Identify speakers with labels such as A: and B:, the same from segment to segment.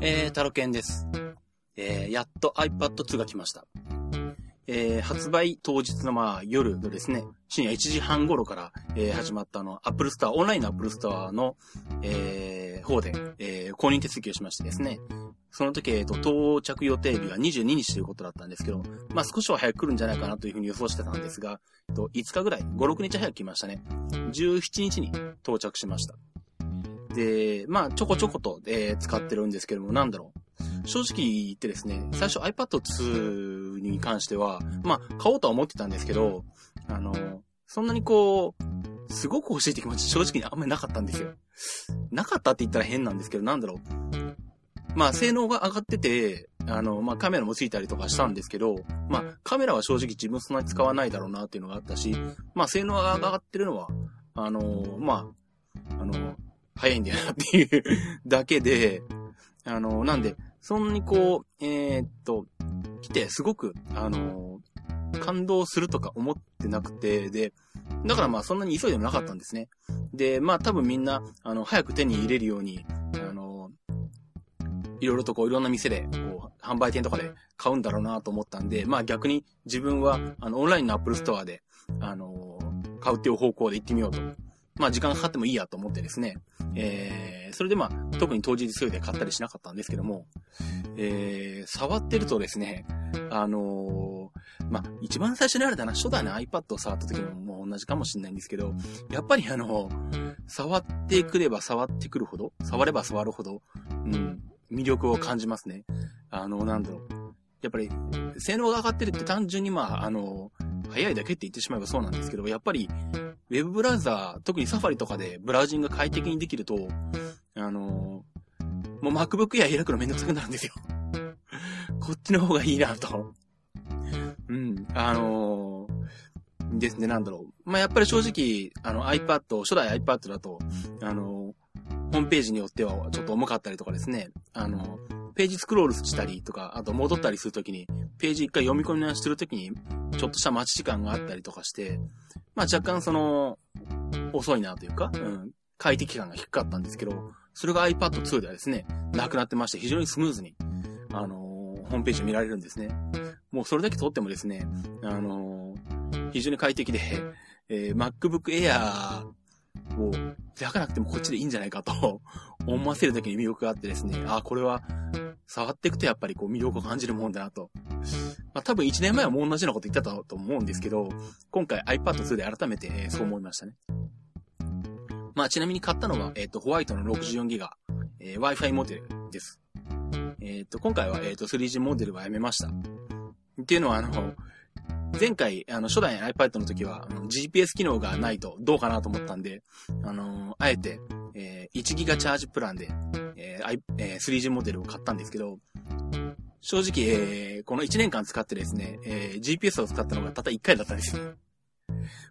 A: えー、タロケンです。えー、やっと iPad 2が来ました。えー、発売当日のまあ夜のですね、深夜1時半頃から、えー、始まったあの、Apple Store、オンラインの Apple Store の、えー、方で、えー、公認手続きをしましてですね、その時、えっ、と、到着予定日が22日ということだったんですけど、まあ少しは早く来るんじゃないかなというふうに予想してたんですが、えっと、5日ぐらい、5、6日早く来ましたね。17日に到着しました。で、まあ、ちょこちょこと、えー使ってるんですけども、なんだろう。正直言ってですね、最初 iPad 2に関しては、まあ、買おうとは思ってたんですけど、あの、そんなにこう、すごく欲しいって気持ち正直にあんまりなかったんですよ。なかったって言ったら変なんですけど、なんだろう。まあ、性能が上がってて、あの、まあ、カメラもついたりとかしたんですけど、まあ、カメラは正直自分そんなに使わないだろうなっていうのがあったし、まあ、性能が上がってるのは、あの、まあ、あの、早いんだよなっていうだけで、あの、なんで、そんなにこう、えーっと、来てすごく、あの、感動するとか思ってなくて、で、だからまあそんなに急いでもなかったんですね。で、まあ多分みんな、あの、早く手に入れるように、あの、いろいろとこういろんな店で、こう、販売店とかで買うんだろうなと思ったんで、まあ逆に自分は、あの、オンラインのアップルストアで、あの、買うっていう方向で行ってみようと。まあ時間かかってもいいやと思ってですね、えー、それでまあ、特に当日急いで買ったりしなかったんですけども、えー、触ってるとですね、あのーまあ、一番最初にあれだな、初代の iPad を触った時ももう同じかもしれないんですけど、やっぱりあの触ってくれば触ってくるほど、触れば触るほど、うん、魅力を感じますね。あのなんだろう。やっぱり、性能が上がってるって単純にまあ、あの早いだけって言ってしまえばそうなんですけど、やっぱり、ウェブブラウザー、特にサファリとかでブラウジングが快適にできると、あのーもう MacBook や開くのめんどくさくなるんですよ。 こっちの方がいいなと。うん、あのーですね、なんだろう。まあ、やっぱり正直、あの iPad、初代 iPad だと、あのーホームページによってはちょっと重かったりとかですね、あのページスクロールしたりとか、あと戻ったりするときに、ページ一回読み込み直してるときに、ちょっとした待ち時間があったりとかして、まあ若干その、遅いなというか、うん、快適感が低かったんですけど、それが iPad 2ではですね、なくなってまして、非常にスムーズに、あのーホームページを見られるんですね。もうそれだけ撮ってもですね、あのー非常に快適で、えー MacBook Air を開かなくてもこっちでいいんじゃないかと 思わせるだけに魅力があってですね、あー、これは触っていくとやっぱりこう魅力を感じるもんだなと。まあ多分1年前はもう同じようなこと言ってたと思うんですけど、今回 iPad 2で改めてえーそう思いましたね。まあちなみに買ったのは、えっ、と、ホワイトの 64GB、えー Wi-Fi モデルです。えっ、と、今回は、えっ、と、3G モデルはやめました。っていうのは、あの、前回、あの、初代 iPad の時は、あの GPS 機能がないとどうかなと思ったんで、あの、あえて、えー 1GB チャージプランで、えー I- えー 3G モデルを買ったんですけど、正直、えーこの1年間使ってですね、えー GPS を使ったのがたった1回だったんですよ。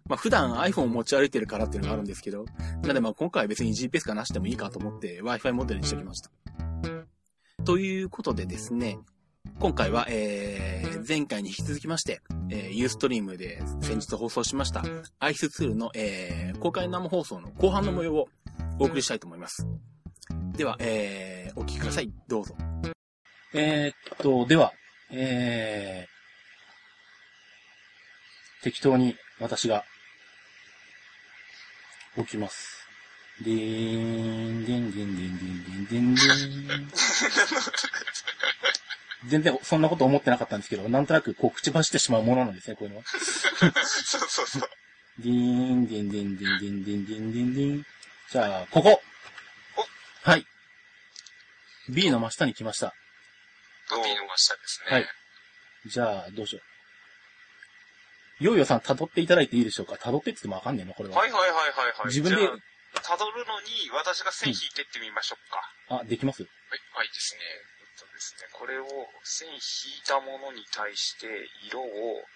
A: まあ普段 iPhone を持ち歩いてるからっていうのがあるんですけど、なのでまあ今回は別に GPS がなしてもいいかと思って Wi-Fi モデルにしておきました。ということでですね、今回は、えー前回に引き続きまして、えー、Ustream で先日放送しました、アイスツールの、えー公開生放送の後半の模様をお送りしたいと思います。では、えーお聞きください。どうぞ。
B: えーっと、では、えー、適当に私が置きます。でーん、でんでんでんでんでんでんでん。全然そんなこと思ってなかったんですけど、なんとなくこう口走ってしまうものなんですね、こういうのは。
C: そうそうそう。
B: でーん、でんでんでんでんでんでんでんでん。じゃあ、ここはい。B の真下に来ました。
C: ロビーの真下ですね。
B: はい。じゃあ、どうしよう。ヨーヨーさん、辿っていただいていいでしょうか辿ってって言ってもわかんねえな、これは。
C: はいはいはいはいはい。
B: 自分で
C: じゃあ、たどるのに私が線引いてってみましょうか。
B: あ、できます
C: はい、はいですね。えっとですね、これを線引いたものに対して色を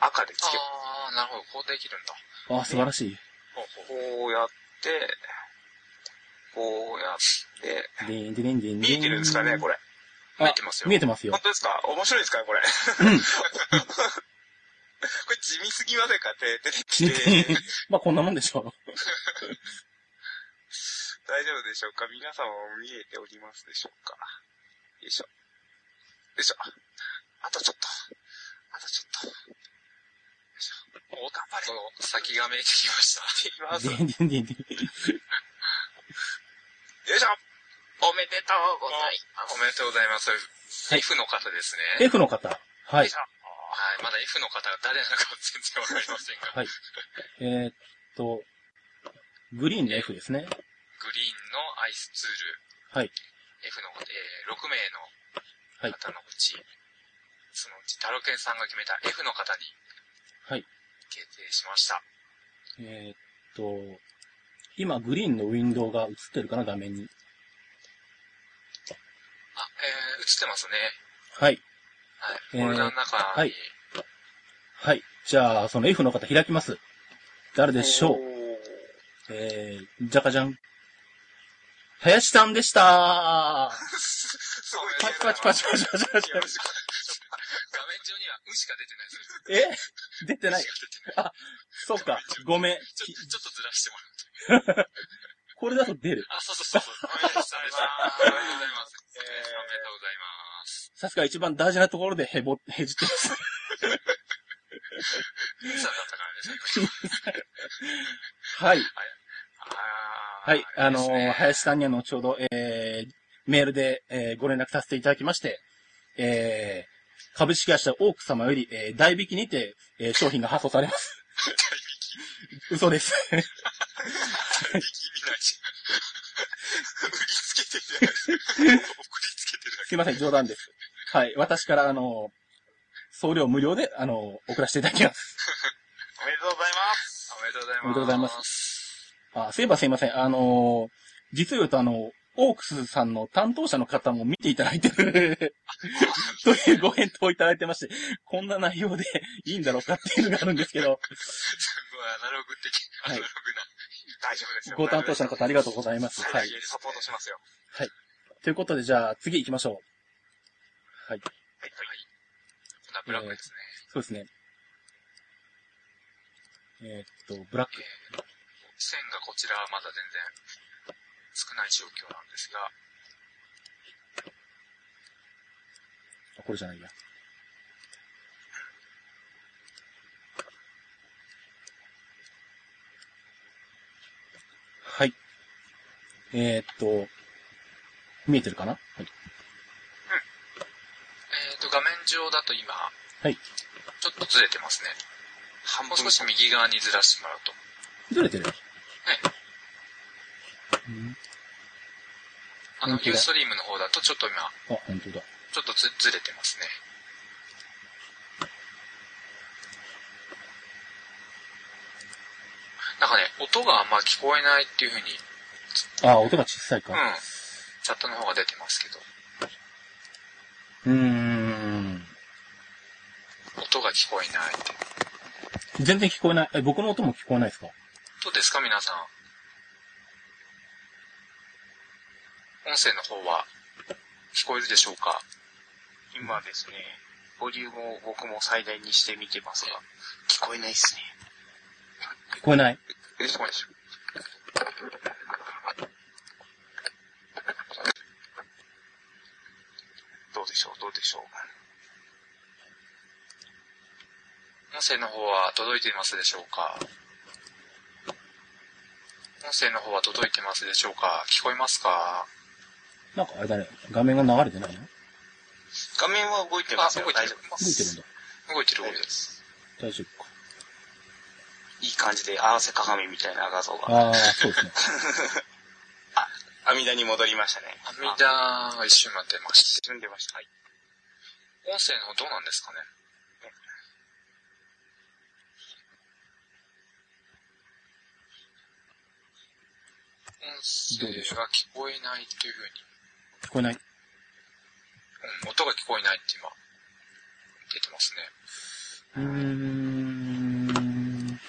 C: 赤でつける。
D: ああ、なるほど。こうできるんだ。
B: あ、素晴らしい。
C: こうやって、こうやって、
B: でーんでれんでん
C: 見えてるんですかね、これ。
B: あ
C: 見えてますよ。
B: 見えてますよ
C: 本。当ですか面白いですか これ。これ地味すぎませんか手出てき て。
B: まあ、こんなもんでしょう。
C: 大丈夫でしょうか皆さんは見えておりますでしょうか
D: いしょ。よいしょ。あとちょっと。あとちょっと。よいしょ。お、頑張れ
C: そ。の先が見えてきました。
D: います。よ
A: でんでんでんでん。
D: いしょ。おめでとうございます。
C: おめでとうございます。F の方ですね。
A: F の方。は
D: よ
A: い
D: いし。ょ。
C: はい。まだ F の方が誰なのかは全然わかりませんが、
A: はい。えーっと、グリーンの F ですね。
C: グリーンのアイスツール、
A: はい。
C: F の方、えー、6名
A: はい
C: の方のうち、そのうちタロケンさんが決めた F の方に
A: はい。
C: 決定しました。
A: えーっと、今、グリーンのウィンドウが映ってるかな、画面に。
C: あ、えー、映ってますね。
A: はい。
C: はい。フォルダの中
A: は
C: に、
A: いはい。じゃあ、その F の方開きます。誰でしょうえー、じゃかじゃん。林さんでした
C: すごい
A: パチパチパチパチパチパチパチ。
C: 画面上には、うしか出てないです。
A: え出て
C: う
A: ない
C: し。か出てない。
A: そうか。ごめん。
C: ちょちょっとずらしてもらう。
A: これだと出る。
C: あ、そうそうそうそう。おめでとうございます。おめでとうございます。おめでとうございます。
A: さすが一番大事なところでへぼ、へじってます。
C: いさんだったからですね。
A: はい。
C: は
A: はい。あのー林さんには後ほど、えー、メールで、えー、ご連絡させていただきまして、えー、株式会社オーク様より、えー、代引きにて、えー、商品が発送されます。嘘です。
C: できないじゃん。売りつけてるだけ。送りつけてるだけ。
A: すいません、冗談です。はい。私から、あのー、送料無料で、あのー、送らせていただきます。
D: おめでとうございます。
C: おめでとうございま
A: おめ
C: す。。
A: でとうございますあ、そういえばすいません。あのー実を言うとあの、オークスさんの担当者の方も見ていただいてる、 というご返答をいただいてまして、こんな内容でいいんだろうかっていうのがあるんですけど、
C: アナログ的、ア
A: はい
C: ナログな。
D: 大丈夫ですよ。
A: ご担当者の方ありがとうございます。は
D: はいい。。サポートしますよ。
A: ということで、じゃあ次行きましょう。はい。
D: はい。
C: こんなブラックですね。
A: そうですね。えーっと、ブラック。
C: 線がこちらはまだ全然少ない状況なんですが、
A: あこれじゃないや。はい。えー、っと、見えてるかなはい。
C: えっ、と、画面上だと今、
A: はい
C: ちょっとずれてますね。
D: 半
C: もう
D: 分
C: 少し右側にずらしてもらうと。
A: ずれてる。はい
C: あの
A: 本、当
C: ユー
A: だ
C: ストリームの方だとちょっと今、
A: あ、本当だ。
C: ちょっとずずれてますね。なんかね、音があんま聞こえないっていうふうに、
A: あ、音が小さいうか。
C: ん、チャットの方が出てますけど、
A: うーん。
C: 音が聞こえないって。
A: 全然聞こえない。え、僕の音も聞こえないですか
C: どうですか皆さん。音声の方は聞こえるでしょうか
D: 今ですね、ボリュームを僕も最大にして見てますが、聞こえないですね。
A: 聞こえない。
C: 聞こえないでしょ
D: どうでしょう、どうでしょう。
C: 音声の方は届いていますでしょうか音声の方は届いてますでしょうか聞こえますか
A: なんかあれだね。画面が流れてないの
D: 画面は動いてますよ。
C: あ動いて
D: 大
C: る
D: 丈夫で
A: 動い
D: す。
A: てるんだ。
C: 動いてる動
D: 大
C: い
D: 丈
C: て
D: 夫
C: る
D: で。す。
A: 大丈夫か。
D: いい感じで合わせ鏡みたいな画像が。
A: あー、そうですね。
D: 阿弥陀に戻りましたね。
C: 阿弥陀が一瞬待ってまし
D: 進んでました。はい。
C: た。音声の方どうなんですかね音声
A: どうでしょ
C: が聞こえないっていうふうに、
A: 聞こえない。
C: うん、音が聞こえないって今、出てますね。
A: うーん。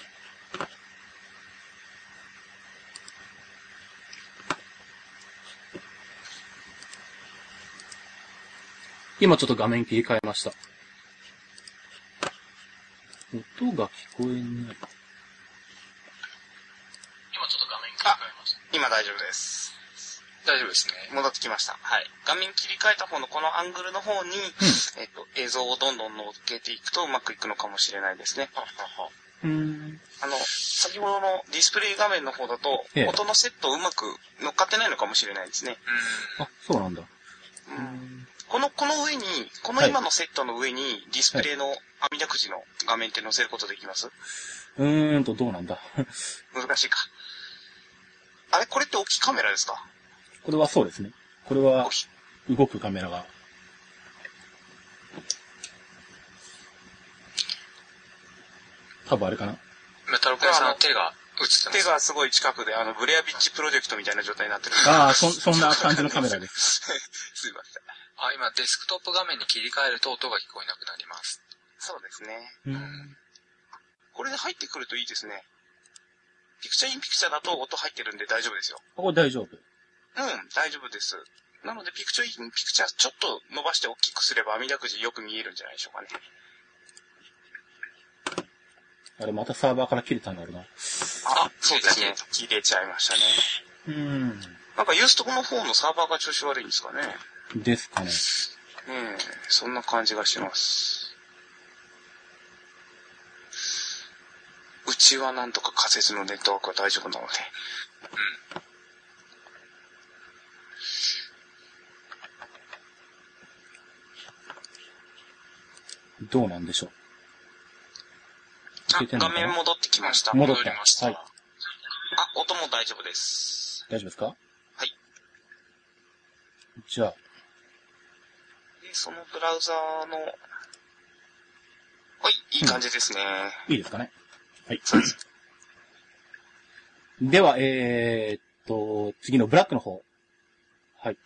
A: 今ちょっと画面切り替えました。音が聞こえない。
C: 今ちょっと画面
D: 変え
C: ました。
D: 今大丈夫です。大丈夫ですね。
C: 戻ってきました。はい。画面切り替えた方のこのアングルの方に、えっと、映像をどんどん乗っけていくとうまくいくのかもしれないですね。
D: ははは
E: うん。
C: あの、先ほどのディスプレイ画面の方だと
A: ええ、
C: 音のセットをうまく乗っかってないのかもしれないですね。
A: あ、そうなんだ。
C: この、この上に、この
A: はい
C: 今のセットの上に、ディスプレイの網だくじの画面って載せることできます
A: うーんと、どうなんだ。
C: 難しいか。あれこれって大きいカメラですか
A: これはそうですね。これは
C: 大きい
A: 動くカメラが。多分あれかな。
D: うん。メタルコンさんの手が映ってます。
C: 手がすごい近くで、あの、ブレアビッチプロジェクトみたいな状態になってる。
A: ああ、そ、そんな感じのカメラです。
C: すいません。
D: あ、今デスクトップ画面に切り替えると音が聞こえなくなります。
C: そうですね。
A: うん
C: これで入ってくるといいですね。ピクチャーインピクチャーだと音入ってるんで大丈夫ですよ。
A: ここ大丈夫。
C: うん、大丈夫です。なので、ピクチャーインピクチャーちょっと伸ばして大きくすれば網だくじよく見えるんじゃないでしょうかね。
A: あれ、またサーバーから切れたんだろうな。
C: あ、そうですね。切れちゃいましたね。
A: うん。
C: なんかユーストコの方のサーバーが調子悪いんですかね。
A: ですかね。
C: うん、そんな感じがします。うちはなんとか仮設のネットワークは大丈夫なので。
A: どうなんでしょ
C: あ
A: 聞いてんの
C: 画
A: かな
C: 面戻ってきました。
A: う。戻っ
D: 戻りました
A: た。はい。
C: あ、音も大丈夫です。
A: 大丈夫ですか
C: はい。
A: じゃあ、
C: で、そのブラウザーの、はい、いい感じですね。
A: いいですかね。 はい。
C: そうです。
A: では、えー、っと、次のブラックの方。はい。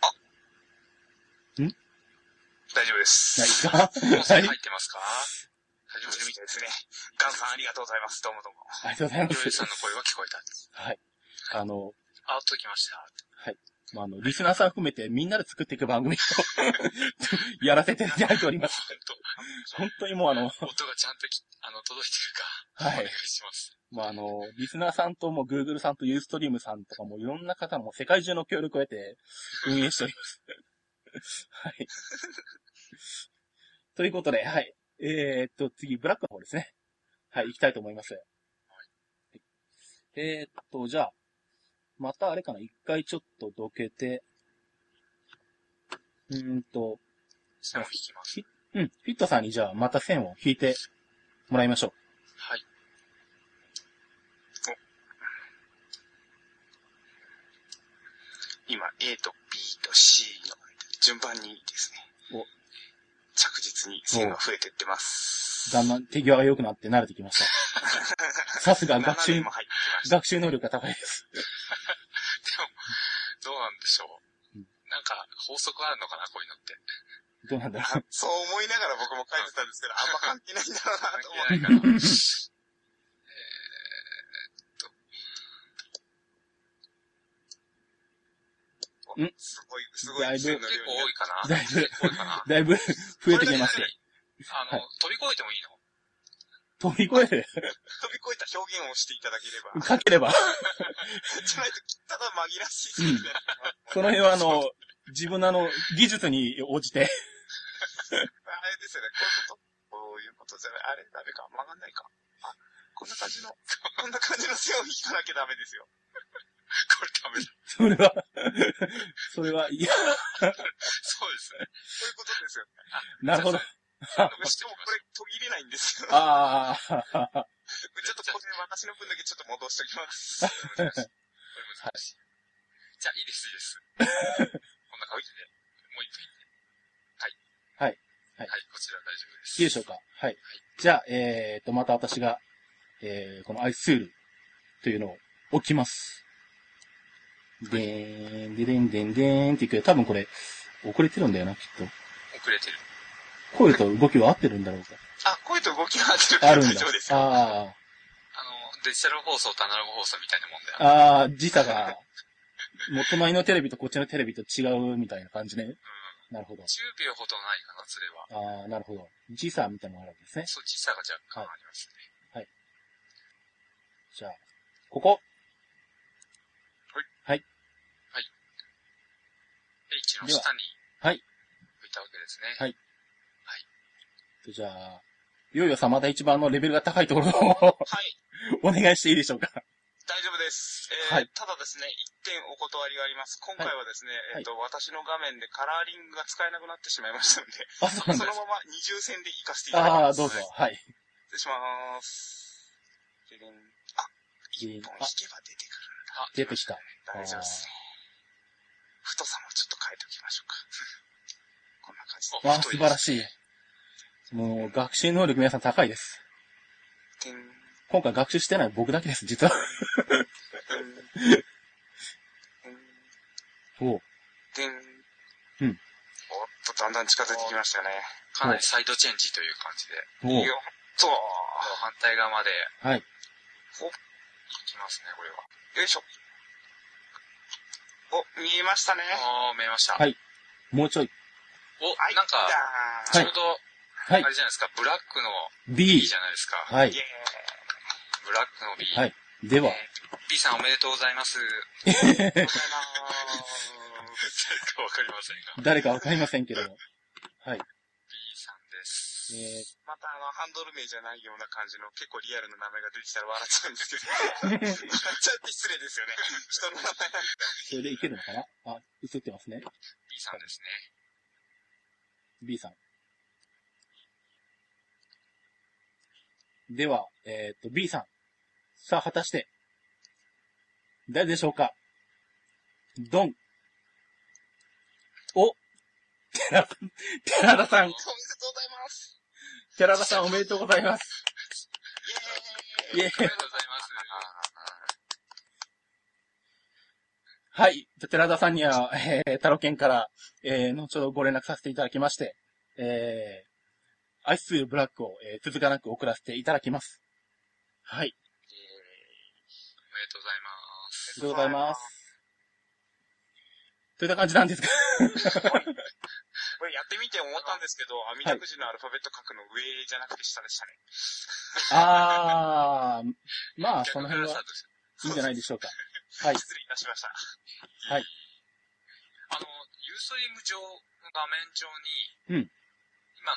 C: 大丈夫です。
A: ない
C: い。
A: ですか
D: 音声
A: は
D: 入
A: い。
D: ってますか大丈夫です
C: み。たいですね。ガンさんありがとうございます。どうもどうも。
A: ありがとうございま
D: ヨエル
A: す
D: さん。の声は聞こえた。
A: はい。あの、
D: あ、音きました。
A: まあ、あの、リスナーさん含めてみんなで作っていく番組を やらせていただいております。本当にもうあの、
D: 音がちゃんとき、あの、届いてるか、
A: は
D: お
A: い
D: 願。いします。
A: まあ、あの、リスナーさんとも Google さんと Ustream さんとかもいろんな方も世界中の協力を得て運営しております。 はい。ということで、はい。えー、っと、次、ブラックの方ですね。はい、行きたいと思います。はいえー、っと、じゃあ、またあれかな、一回ちょっとどけて、うーんと、
D: 線を引きます。
A: うん、フィットさんにじゃあまた線を引いてもらいましょう。
D: はい。
C: 今、A と B と C の順番にですね。
A: お
C: 着実に線が増えてってます。
A: だんだん手際が良くなって慣れてきました。さすが学
C: 7
A: 習
C: 年も、入ってきました。
A: 学習能力が高いです。
D: どうなんでしょう。なんか、法則あるのかな、こういうのっ
A: どうな
D: て。
A: んだろ
C: そう思いながら僕も書いてたんですけど、あんま関係ないんだろうなと思って。
D: 関係ないから。えーっと。
A: ん
C: すごい、すごい。
A: だいぶ
C: 線の
D: 結
C: 量
D: 構
C: になっ
D: 多いか
A: う。
D: な
A: だいぶ、
D: 多い
A: だいぶ増え
D: か な
A: てきましたよ。
D: あの、飛び越えてもいいの
A: 飛び越える、
C: 飛び越えた表現をしていただければ。
A: かければ、
C: じゃないと、ただ紛らわしいですね。
A: その辺はあの、自分のあの、技術に応じて、
C: あれですよね、こういうこと。こういうことじゃない。あれダメか。曲がんないか。あ、こんな感じの、こんな感じの線を引かなきゃダメですよ。
D: これダメだ。
A: それは、それは、いや、
D: そうですね。
C: そういうことですよ。
A: なるほど。
C: しかもこれ途切れないんですよ。ちょっ
A: ああ、
C: とこれ私の分だけちょっと戻しておきます。
D: これ難しい。じゃあ、いいです、いい です。こんな感じで。もう一分。はい。
A: はいはい
D: はい、こちら大丈夫です。
A: いいでしょうか。はい。じゃあ、えーと、また私が、えー、このアイスールというのを置きます。でーん、ででんでんでーんっていくよ。多分これ、遅れてるんだよな、きっ
D: 遅れてる。
A: と。声と動きは合ってるんだろうか。
C: あ、声と動きが合ってる
A: あ
C: から
A: るん
C: 大
A: だ
C: 丈夫で。すよ。
A: あ
D: あの、デジタル放送とアナログ放送みたいなもんだ
A: あ、
D: よ。
A: ああ、時差が、元前のテレビとこっちのテレビと違うみたいな感じね。
D: う
A: なるほど
D: ん。。10秒ほどないかな、それは。
A: ああ、なるほど。時差みたいなのがあるわけですね。
D: そう、時差が若干ありますね。
A: じゃあ、ここ。
C: はい。
A: はい。
D: はい。石の下に、
A: はい。
D: 置いたわけですね。
A: はいじゃあ、いよいよさん、また一番のレベルが高いところを
C: は
A: お
C: い。
A: 願いしていいでしょうか。
C: 大丈夫です。
A: は
C: えー
A: い
C: ただですね、一点お断りがあります。今回はですね、
A: はい
C: えっ、と、私の画面でカラーリングが使えなくなってしまいましたので、
A: あ、そうなん
C: そ
A: で
C: の
A: す。
C: まま二重線で行かせていただ
A: ああ、
C: きます。
A: どうぞ
C: は
A: はい。
C: い。失礼します。ででんあ、一本引
A: あ
C: けば出て
A: 出て
C: くる。
A: きた。
C: 大丈夫ですね。太さもちょっと変えておきましょうか。こんな感じで。
A: わあ、素晴
D: 太いで
A: らしい。
D: す
A: もう、学習能力皆さん高いです。
C: てん
A: 今回学習してない僕だけです、実は。
C: てんてん
A: おう
C: てん
A: うん
C: おっと、だんだん近づいてきましたね。
D: かなりサイドチェンジという感じで、
A: おう
C: よっと、
D: もう反対側まで
A: はい。
D: 行きますね、これは。
C: よいしょ。お、見えましたね。
D: ああ、見えました。
A: はいもうちょい。
D: お、
C: はい、
D: なんか、
C: だ
D: ち
A: は
D: ょ
A: いう
D: ど、
A: はい
D: あ。れじゃないですか、ブラックの
A: B
D: B。じゃないですか。
A: は
C: ー
A: い
C: イ。エーイ
D: ブラックの B。
A: はいでは、
D: B さんおめでとうございます。
C: ありがとうございます
D: 誰かわかりま
A: 誰かわかりませ
D: せんが。
A: んけども。はい。
D: B さんです。
A: え
C: またあの、ハンドル名じゃないような感じの結構リアルな名前が出てきたら笑っちゃうんですけど。笑っちゃって失礼ですよね。人の名前なんで。
A: ー、 それでいけるのかなあ、映ってますね。
D: B さんですね。
A: B さん。では、えっ、と、B さん。さあ、果たして、誰でしょうかドン。お寺寺田さん。
C: おめでとうございます。
A: 寺田さんおめでとうござい ます。
C: イエーイ
A: イエー
D: あり
A: イ
D: がとうございます。
A: はい。じゃあ寺田さんには、えー、タロケンから、えー、後ほどご連絡させていただきまして、えー、アイスブラックを、えー、続かなく送らせていただきます。はい。
D: おめでとうございます。
A: ありがとうございます。といった感じなんですか
C: これやってみて思ったんですけど、あみだくじのアルファベット書くの上じゃなくて下でしたね。
A: あー、まあ、その辺
D: 逆からスタ
A: は
D: ートし
A: い
D: て
A: いんじゃないでしょうか。はい。
C: 失礼いたしました。
D: あの、ユーストリーム上の画面上に、
A: うん
D: 今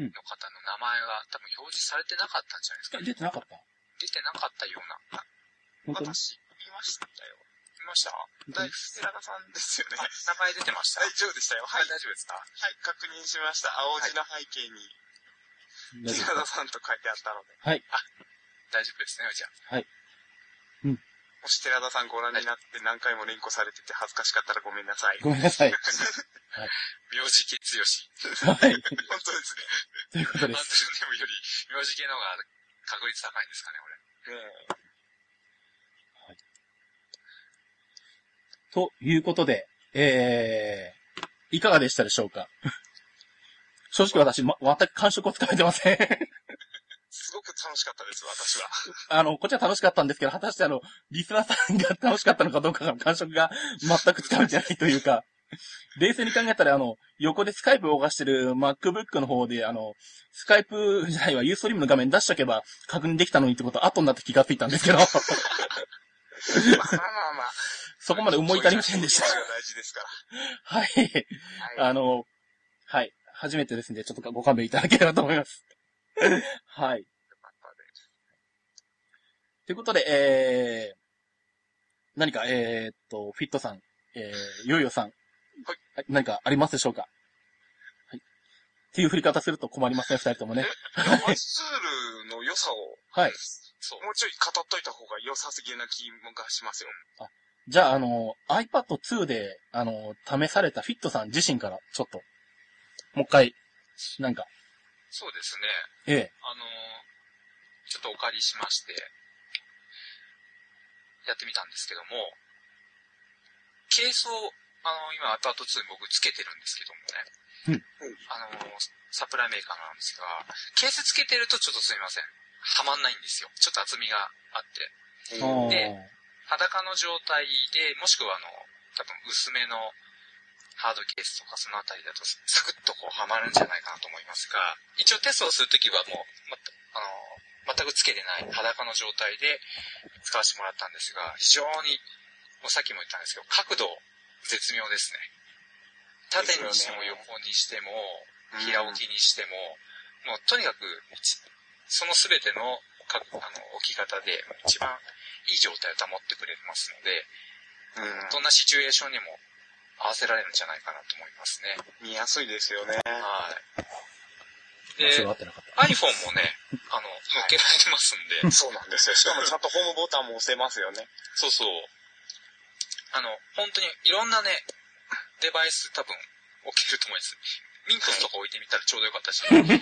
D: の B の方の名前が多分表示されてなかったんじゃないですか、
A: 出てなかった本
D: 出てなかったような。
A: 当に
C: 私、見ましたよ。
D: 見ました
C: だいぶ寺田さんですよね。
D: 名前出てました。
C: 大丈夫でしたよ。は
D: はいい、。大丈夫です
C: は
D: か
C: い、確認しました。青字の背景に、
A: 大丈夫
C: 寺田さんと書いてあったので、
D: 大丈夫ですね、じゃあ。
C: もし寺田さんご覧になって何回も連呼されてて恥ずかしかったらごめんなさい。
A: ご
C: 本
A: めんなさい。
D: 名字系強し。
A: はい。
C: 当です
A: ということ
D: ア
A: で
D: ンドル
A: す。
D: ネームより名字系の方が確率高いんですかね、これ。
C: ね。ね
A: ということで、えー、いかがでしたでしょうか正直私、ま、全く感触をつかめてません。
C: すごく楽しかったです、私 は。
A: あの、こっちは楽しかったんですけど、果たしてあの、リスナーさんが楽しかったのかどうかの感触が全くつかめてないというか、冷静に考えたら、あの、横でスカイプを動かしてる MacBook の方で、あの、スカイプじゃないわ、ユーストリームの画面出しとけば確認できたのにってこと後になって気がついたんですけど、
C: まあまあまあ。
A: そこ まで思い至りませんでした
C: 命。が大事ですから。
A: はい。
C: はい。
A: あの、はい。初めてですんで、ちょっとご勘弁いただければと思います。 はい。
C: よかったです
A: ということで、えー、何か、えー、っと、フィットさん、えー、ヨーヨーさん、はい、何かありますでしょうかはい。っていう振り方すると困りますね、二人ともね。
C: ワイスールの良さを、
A: はい。
D: そう。
C: もうちょい語っといた方が良さすぎな気がしますよ。
A: じゃあ、あの、iPad 2で、あの、試されたフィットさん自身から、ちょっと、もう一回、なんか、
D: そうですね。
A: え
D: あのーちょっとお借りしまして、やってみたんですけども、ケースを、あのー今、アパート2に僕つけてるんですけどもね、あのーサプライメーカーなんですが、ケースつけてるとちょっとすみません。はまんないんですよ。ちょっと厚みがあっ
A: え
D: て。
C: うん
A: あー
D: で裸の状態で、もしくはあの、多分薄めのハードケースとかそのあたりだとサクッとこうはまるんじゃないかなと思いますが、一応テストをするときはもう、また、あの、全くつけてない裸の状態で使わせてもらったんですが、非常に、もうさっきも言ったんですけど、角度を絶妙ですね。縦にしても
C: ですよね
D: 横にしても、
C: うん
D: 平置きにしても、もうとにかく、ちその全てのかあの置き方で、一番いい状態を保ってくれますので、
C: うん
D: どんなシチュエーションにも合わせられるんじゃないかなと思いますね。
C: 見やすいですよね。
D: はい。
A: それ
D: で
A: は合、ってなかった。
D: iPhone もね、あの、乗っけられてますん で、
C: そうなんですよ。しかもちゃんとホームボタンも押せますよね。
D: そうそう。あの、本当にいろんなね、デバイス多分置けると思います。ミントスとか置いてみたらちょうどよかったし。デ バイ
C: それ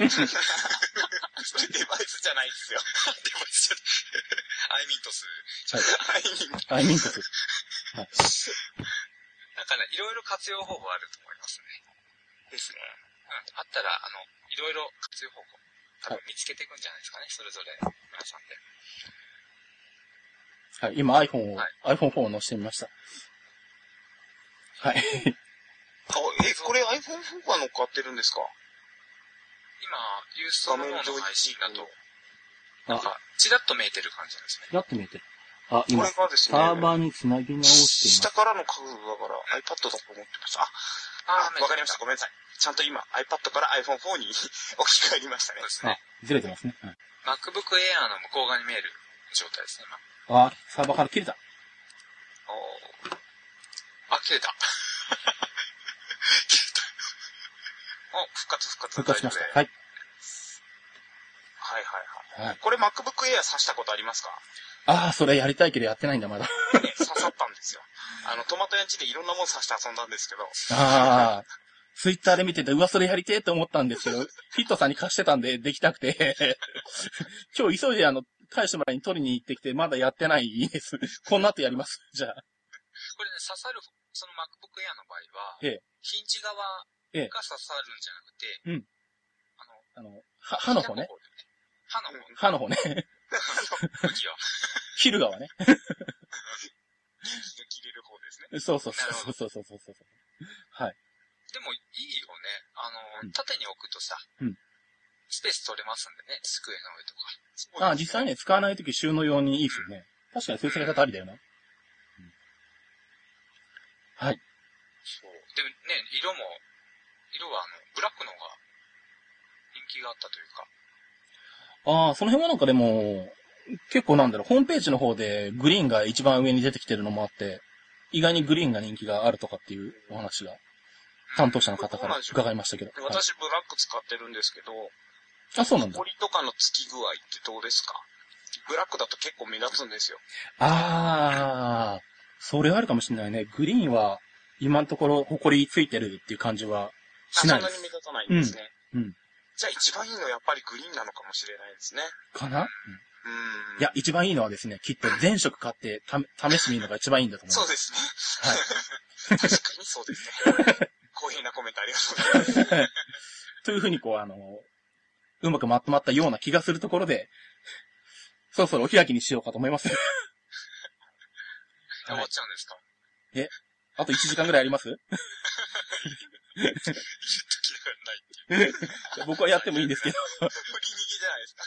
C: デバイスじゃないですよ。
D: スじゃないアイミントス。
C: はい。う
A: アイミントス。
D: なんかね、いろいろ活用方法あると思いますね。ですね。うん。あったら、あの、いろいろ活用方法、多分見つけていくんじゃないですかね、それぞれ皆さん
A: はい、
D: で。
A: 今 iPhone を、
D: は
A: iPhone4 を押してみました。はい。
C: んあ、え、これ iPhone4 が乗っかってるんですか
D: 今、ユーストの方の配信だと、なん
A: あ、
D: か、ちらっと見えてる感じなんですね。
A: やって見えてる。あ、
C: こ
A: 今
C: れ、がですね、
A: サーバーに繋ぎ直してい
C: 下からの家具だから iPad だと思ってました。あ、
D: ー
C: わかりました。。ごめんなさい。ちゃんと今 iPad から iPhone4 に置き換えりましたね
D: そう。ですね。
A: ます。ずれてますね。はい、
D: MacBook Air の向こう側に見える状態ですね、今。
A: あ、サーバーから切れた。
C: お
D: あ、切 れた。
C: ーお復活復活。
A: 復活しました。
C: 大丈夫
A: はい。
C: ではいはいはい。
A: はい
C: これ MacBook Air 刺したことあ りますか
A: ああ、それやりたいけどやってないんだ、まだ。
C: ね刺さったんですよ。あの、トマトやんちでいろんなもの刺して遊んだんですけど、
A: ああ、 ツイッターで見てて、うわ、それやりてえと思ったんですけど、 ヒットさんに貸してたんで、できなくて、 今日急いで、あの、返してもらいに取りに行ってきて、まだやってないです。 この後やります。じゃあ。
D: これね、刺さる、その MacBook Air の場合は、
A: ええ
D: ヒンジ側が
A: ええ
D: 刺さるんじゃなくて、
A: うん
D: あの、
A: あの、は歯の方ね。
D: 歯の方ね。
A: 歯の方ね。
D: 歯の方、向きは。
A: 昼側ね。
C: 切れる方ですね。
A: そうそうそうそうそうそうそう。はい。
D: でも、いいよね。あ
A: う
D: の、
A: ん
D: 縦に置くとさ、
A: うん
D: スペース取れますんでね、机の上とか。
A: あ、実際ね、使わないとき収納用にいいですよね。確かにそういう使い方ありだよな。
D: そう。でもね、色も、色はあの、ブラックの方が人気があったというか、
A: ああ、その辺はなんかでも、結構なんだろう、ホームページの方でグリーンが一番上に出てきてるのもあって、意外にグリーンが人気があるとかっていうお話が、担当者の方から伺いましたけど。
C: で
A: はい
C: 私ブラック使ってるんですけど、
A: あ、そうなんだ
C: ホ。リとかのつき具合ってどうですかブラックだと結構目立つんですよ。
A: ああ、それはあるかもしれないね。グリーンは、今のところ、埃ついてるっていう感じはしない
C: あそん
A: で
C: なに目
A: す。
C: 立たないんですね。
A: うんうん
C: じゃあ一番いいのはやっぱりグリーンなのかもしれないですね。
A: かな、うん
C: うん。
A: いや、、一番いいのはですね、きっと全色買って、た、試してみるのが一番いいんだと思います
C: そ
A: は
C: うですね。
A: い。
C: 確かにそうですね。公平なコメントありがとうございます。
A: というふうにこう、あの、うまくまとまったような気がするところで、そろそろお開きにしようかと思います。
D: 終わっちゃう んですか、
A: あと1時間ぐらいあります
D: 聞きながらない。
A: 僕はやってもいいんですけ ど。
C: 振り逃げじゃないですか。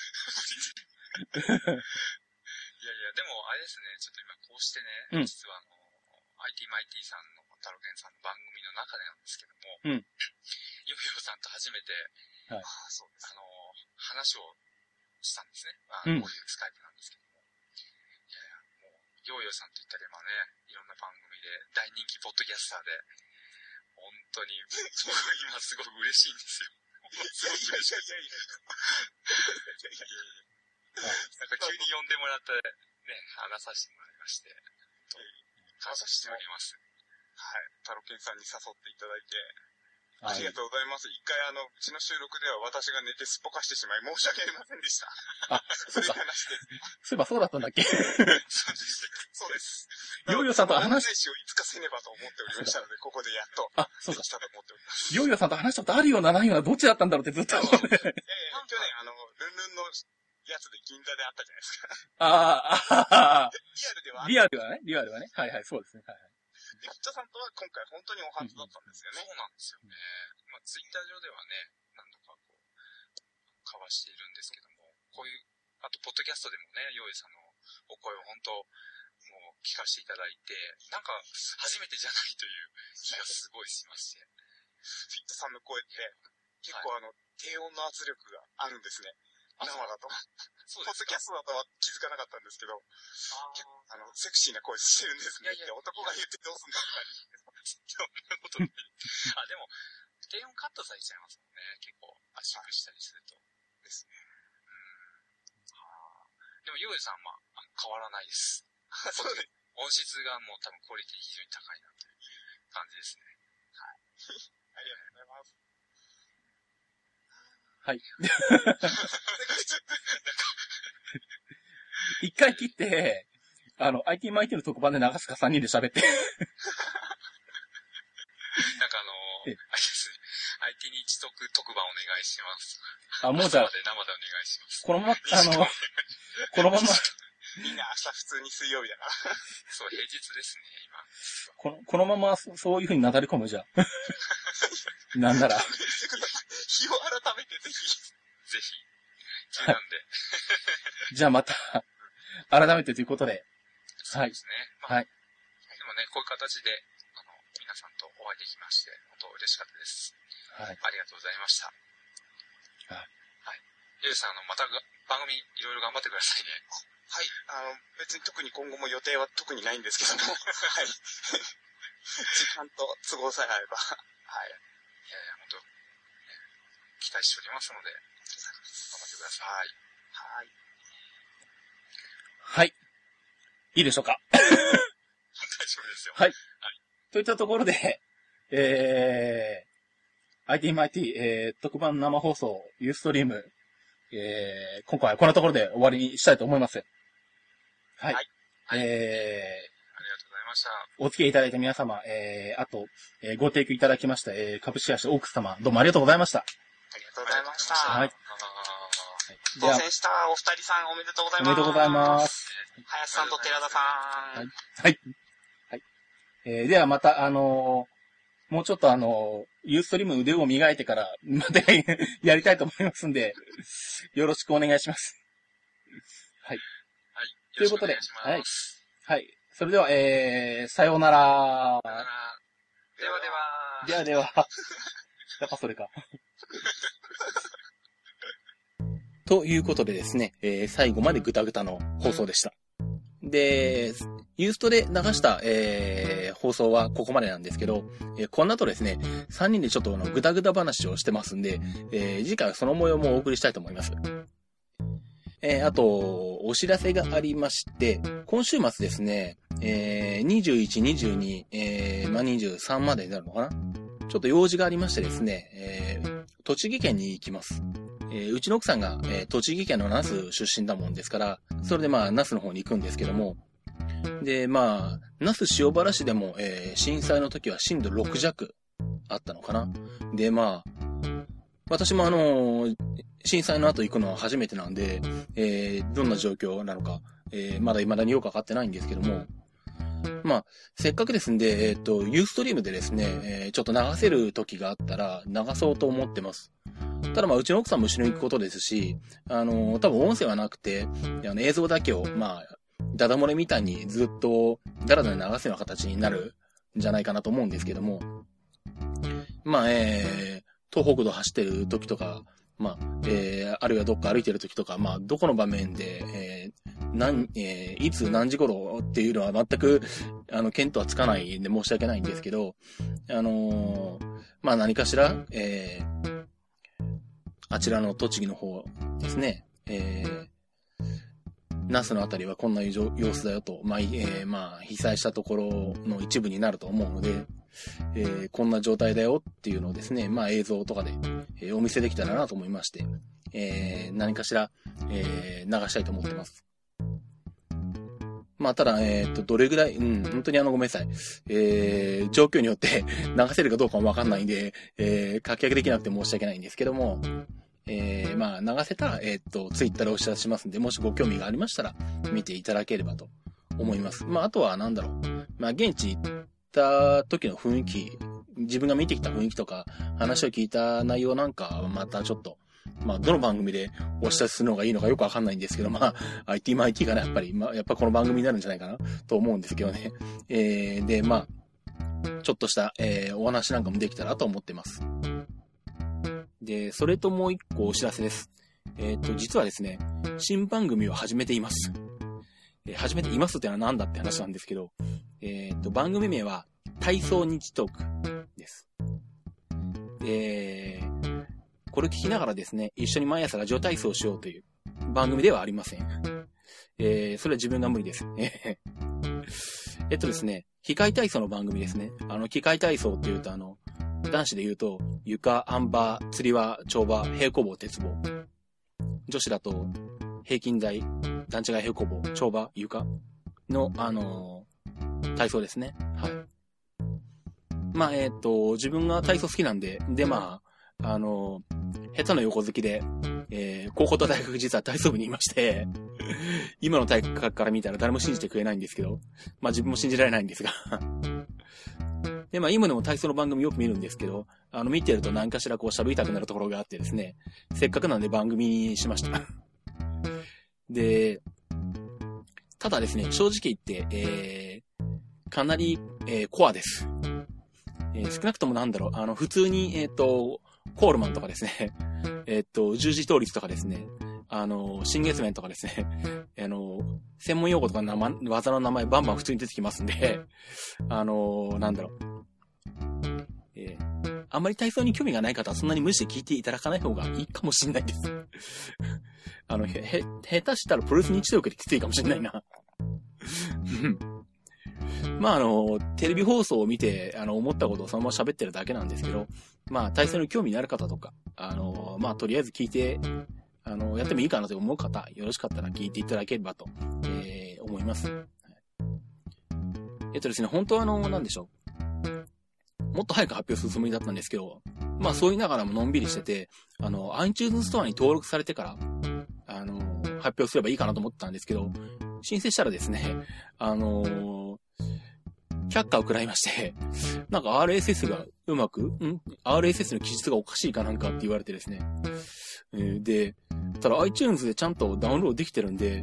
D: いやいや、でも、あれですね、ちょっと今こうして
A: う
D: ね、
A: ん
D: 実はあの、IT マイティさんの、タロケンさんの番組の中でなんですけど
A: う
D: も、
A: ん
D: ヨヨさんと初めて、
A: はい
D: あそうですあの、話をしたんですね。まあ、
A: うん
D: こういうスカイプなんですけども。いやいや、もう、ヨーヨーさんといったら今ね、いろんな番組で、大人気ポッドキャスターで、本 当に、僕今すごく嬉しいんですよ。
C: いやいやいやいやいや。
D: なんか急に呼んでもらって、ね、話させてもらいまして、本当に感謝しております。
C: はい。タロケンさんに誘っていただいて、あ
A: はい
C: りがとうございます。一回あの、うちの収録では私が寝てすっぽかしてしまい申し訳ありませんでした。
A: あ、そ
C: そ
A: うう
C: いう
A: か。
C: 話です。
A: そういえばそうだったんだっけ
C: そうです。
A: ヨーヨーさんと話
C: し。をいつかせねばと思っておりましたので、ここでやっと。
A: あ、そうか。
C: できたと思っております。
A: ヨーヨーさんと話したことあるような、ないような、どっちだったんだろうってずっと。
C: いやいや、去年あの、ルンルンのやつで銀座であったじゃないですか。
A: あーあ
C: リアルで
A: ー、
C: はあって、
A: リアルはね、リアルはね。はいはい、そうですね。はいはい
C: ピッチャさんとは今回本当にお初だったんですよ
D: そう
C: ね。
D: なんですよね。まあ、ツイッター上ではね、何度かこう、交わしているんですけども、こういう、あと、ポッドキャストでもね、ヨウイさんのお声を本当、もう聞かせていただいて、なんか、初めてじゃないという気がすごいしまして。
C: フィットさんの声って、結構あの、低音の圧力があるんですね。
D: あ
C: 生だと。
D: そ
C: ポッ
D: う
C: ド
D: です
C: キ
D: か
C: ャストだとは気づかなかったんですけど、
D: あー
C: 結構あの、セクシーな声してるんですねっ
D: いやい
C: て
D: や
C: 男が言ってどうすんだって感じ。
D: そんなことない。あ、でも、低音カットされちゃいますもんね。結構、圧縮したりすると。ですね。うん。はあでも、ヨウジさんはあの変わらないです。
C: そうです。
D: 音質がもう多分クオリティ非常に高いなという感じですね。
C: ありがとうございます。
B: はい。
C: は
B: 一回切って、あの、IT マイティの特番で流すか3人で喋って。
D: なんかあの
B: ええ
D: ー、あれですね。IT に一特特番お願いします。
B: あ、もうじゃあ
D: 生、で生でお願いします。
B: このまま、あの、このまま、
C: いみんな明日普通に水曜日だから。
D: そう、平日ですね、今。
B: このこのままそ、そういう風になだれ込むじゃあ。なんなら。
C: 日を改めてぜひ。
D: ぜひ、急なんで。
B: じゃあまた、改めてということで。はい
D: で。すね。まあ、
B: はい。
D: でもね、こういう形で、あの、皆さんとお会いできまして、本当嬉しかったです。
B: はい。
D: ありがとうございました。
B: はい
D: はい。ゆうさん、あの、またが番組いろいろ頑張ってくださいね。
C: はい。あの、別に特に今後も予定は特にないんですけども。はい。 時間と都合さえあれば。はい。
D: いやいや、本当、ね、期待しておりますので、頑張ってください。
C: はい。
B: はい。いいでしょうか
D: 大丈夫ですよ。
B: はいといったところで、えー、ITMIT、えー、特番生放送、ユーストリーム、えー、今回はこんなところで終わりにしたいと思います。はい。
C: はい
B: え
D: ありがとうございました。
B: ー、お付き合いいただいた皆様、えー、あと、えーご提供いただきました、えー、株式会社奥様、どうもありがとうございました。
C: ありがとうございました。
B: は
D: あ
B: い
D: りがとうございましたあー
B: じ
C: 当
B: ゃあ、
C: 選したお二人さんおめでとうござい
B: お
C: ま
B: め
C: す。。
B: でとうございますす。
C: 林さんと寺田さん。
B: はいえーではまた、あのーもうちょっとあのーユーストリーム腕を磨いてから、またやりたいと思いますんで、よろしくお願いします。
D: はい。
B: ということで
D: よろしくお願いします。
B: はい。それでは、えー、さようなら。
D: さよならではでは。
B: ではでは。 やっぱそれか。
A: ということでですね、えー最後までグタグタの放送でした。で、ユーストで流した、えー放送はここまでなんですけど、えーこの後ですね、3人でちょっとあのグダグダ話をしてますんで、えー次回はその模様もお送りしたいと思います。えーあと、お知らせがありまして、今週末ですね、えー21、22、えーまあ、23までになるのかなちょっと用事がありましてですね、えー栃木県に行きます。えーうちの奥さんが、えー栃木県の那須出身だもんですから、それでまあ、那須の方に行くんですけども、で、まあ、那須塩原市でも、えー震災の時は震度6弱あったのかな。で、まあ、私もあのー震災の後行くのは初めてなんで、えーどんな状況なのか、えーまだ未だによくわかってないんですけども、まあ、せっかくですんで、えっ、と、ユーストリームでですね、えーちょっと流せる時があったら、流そうと思ってます。ただまあ、うちの奥さんも一緒に行くことですし、あのー多分音声はなくて、あの映像だけを、まあ、ダダ漏れみたいにずっと、ダラダラ流すような形になるんじゃないかなと思うんですけども、まあ、えー、東北道走ってる時とか、まあ、えー、あるいはどっか歩いてる時とか、まあ、どこの場面で、えー、何、えー、いつ何時頃っていうのは全く、あの、見当はつかないんで申し訳ないんですけど、あのーまあ何かしら、えー、あちらの栃木の方ですね、えー、那須のあたりはこんな様様子だよと、まあ、いえーまあ、被災したところの一部になると思うので、えーこんな状態だよっていうのをですね、まあ映像とかで、えーお見せできたらなと思いまして、えー何かしら、えー流したいと思ってます。まあ、ただ、えっ、と、どれぐらい、うん、本当にあの、ごめんなさい。えー、状況によって 流せるかどうかもわかんないんで、えー、書き上げできなくて申し訳ないんですけども、えー、まあ、流せたら、えっ、と、ツイッターでお知らせしますんで、もしご興味がありましたら、見ていただければと思います。まあ、あとは、なんだろう。まあ、現地行った時の雰囲気、自分が見てきた雰囲気とか、話を聞いた内容なんかはまたちょっと、まあ、どの番組でお知らせするのがいいのかよくわかんないんですけど、まあ、IT マ IT がね、やっぱり、まあ、やっぱこの番組になるんじゃないかなと思うんですけどね。えー、で、まあ、ちょっとした、えーお話なんかもできたらと思ってます。で、それともう一個お知らせです。えーっ、と、実はですね、新番組を始めています。えー始めていますってのは何だって話なんですけど、えーっ、と、番組名は、体操日トークです。えーこれ聞きながらですね、一緒に毎朝ラジオ体操をしようという番組ではありません。えーそれは自分が無理です。 えーえっとですね、機械体操の番組ですね。あの、機械体操っていうと、あの、男子で言うと、床、アンバー、釣り輪、跳馬、平行棒、鉄棒。女子だと、平均台、段違い平行棒、跳馬、床の、あのー体操ですね。はい。まあ、えっ、と、自分が体操好きなんで、で、まあ、あのー下手な横好きで、えー高校と大学実は体操部にいまして、 今の体格から見たら誰も信じてくれないんですけど、まあ自分も信じられないんですが。 で、まあ今でも体操の番組よく見るんですけど、あの見てると何かしらこう喋りたくなるところがあってですね、せっかくなんで番組にしました。 で、ただですね、正直言って、えー、かなり、えーコアです。えー少なくともなんだろう、あの、普通に、えっ、と、コールマンとかですね、 えっ、と、十字倒立とかですね、あの、新月面とかですね、あの、専門用語とか名前技の名前バンバン普通に出てきますんで、あの、なんだろう。えーあんまり体操に興味がない方はそんなに無視して聞いていただかない方がいいかもしれないです。 あの、へ、へ、下手したらプロレス日常力できついかもしれないな。うんまあ、あの、テレビ放送を見て、あの、思ったことをそのまま喋ってるだけなんですけど、まあ、体操に興味のある方とか、あの、まあ、とりあえず聞いてあの、やってもいいかなと思う方、よろしかったら聞いていただければと、えー思います。はいえっとですね、本当はあの、なんでしょう。もっと早く発表するつもりだったんですけど、まあそう言いながらものんびりしてて、あの、iTunes ストアに登録されてから、あの、発表すればいいかなと思ったんですけど、申請したらですね、あの却下を食らいまして、なんか RSS がうまく、ん ?RSS の記述がおかしいかなんかって言われてですね。えーで、ただ iTunes でちゃんとダウンロードできてるんで、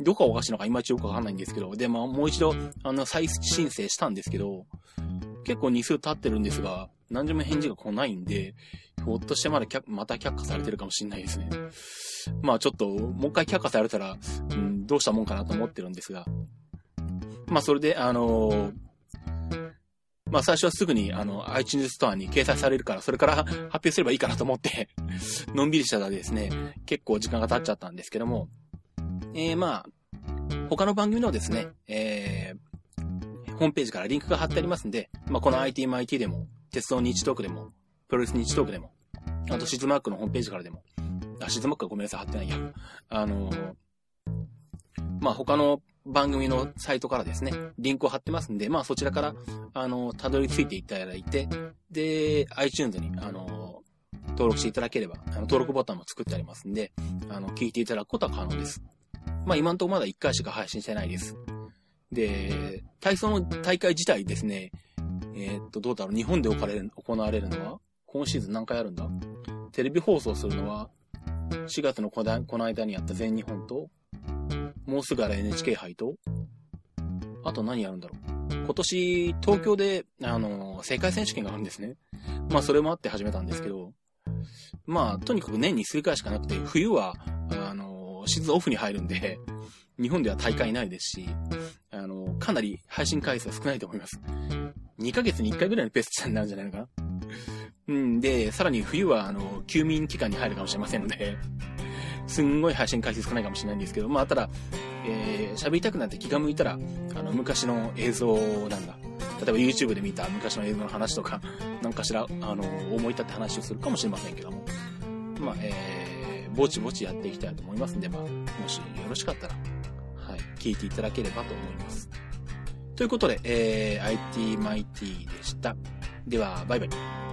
A: どこがおかしいのかいまいちよくわかんないんですけど、で、まあ、もう一度、あの、再申請したんですけど、結構日数経ってるんですが、何時も返事が来ないんで、ひょっとしてまだ却また却下されてるかもしれないですね。まあちょっと、もう一回却下されたら、うん、どうしたもんかなと思ってるんですが。まあそれで、あのーまあ最初はすぐに、あの、iTunes ストアに掲載されるから、それから発表すればいいかなと思って、 のんびりしたらですね、結構時間が経っちゃったんですけども、えー、まあ、他の番組のですね、えー、ホームページからリンクが貼ってありますんで、まあ、この IT マ IT でも、鉄道日トークでも、プロレス日トークでも、あとシズマークのホームページからでも、あ、シズマークはごめんなさい、貼ってないや。あのーまあ、他の番組のサイトからですね、リンクを貼ってますんで、まあ、そちらから、あのーたどり着いていただいて、で、iTunes に、あのー登録していただければ、あの登録ボタンも作ってありますんで、あの、聞いていただくことは可能です。まあ今んとこまだ1回しか配信してないです。で、体操の大会自体ですね、えーっと、どうだろう、日本で行われる行われるのは、今シーズン何回あるんだテレビ放送するのは、4月のこだこの間にやった全日本と、もうすぐある NHK 杯と、あと何やるんだろう。今年、東京で、あの、世界選手権があるんですね。まあ、それもあって始めたんですけど、まあ、とにかく年に数回しかなくて、冬は、あの、シーズンオフに入るんで、日本では大会ないですし、あの、かなり配信回数は少ないと思います。2ヶ月に1回ぐらいのペースになるんじゃないのかな。うんで、さらに冬は、あの、休眠期間に入るかもしれませんので、すんごい配信回数少ないかもしれないんですけど、まあ、ただ、えー喋りたくなって気が向いたら、あの、昔の映像なんだ。例えば YouTube で見た昔の映像の話とか、なんかしら、あの、思い立って話をするかもしれませんけども。まあ、えー、ぼちぼちやっていきたいと思いますんで、まあ、もしよろしかったら、はい、聞いていただければと思います。ということで、えー、IT マイティでした。では、バイバイ。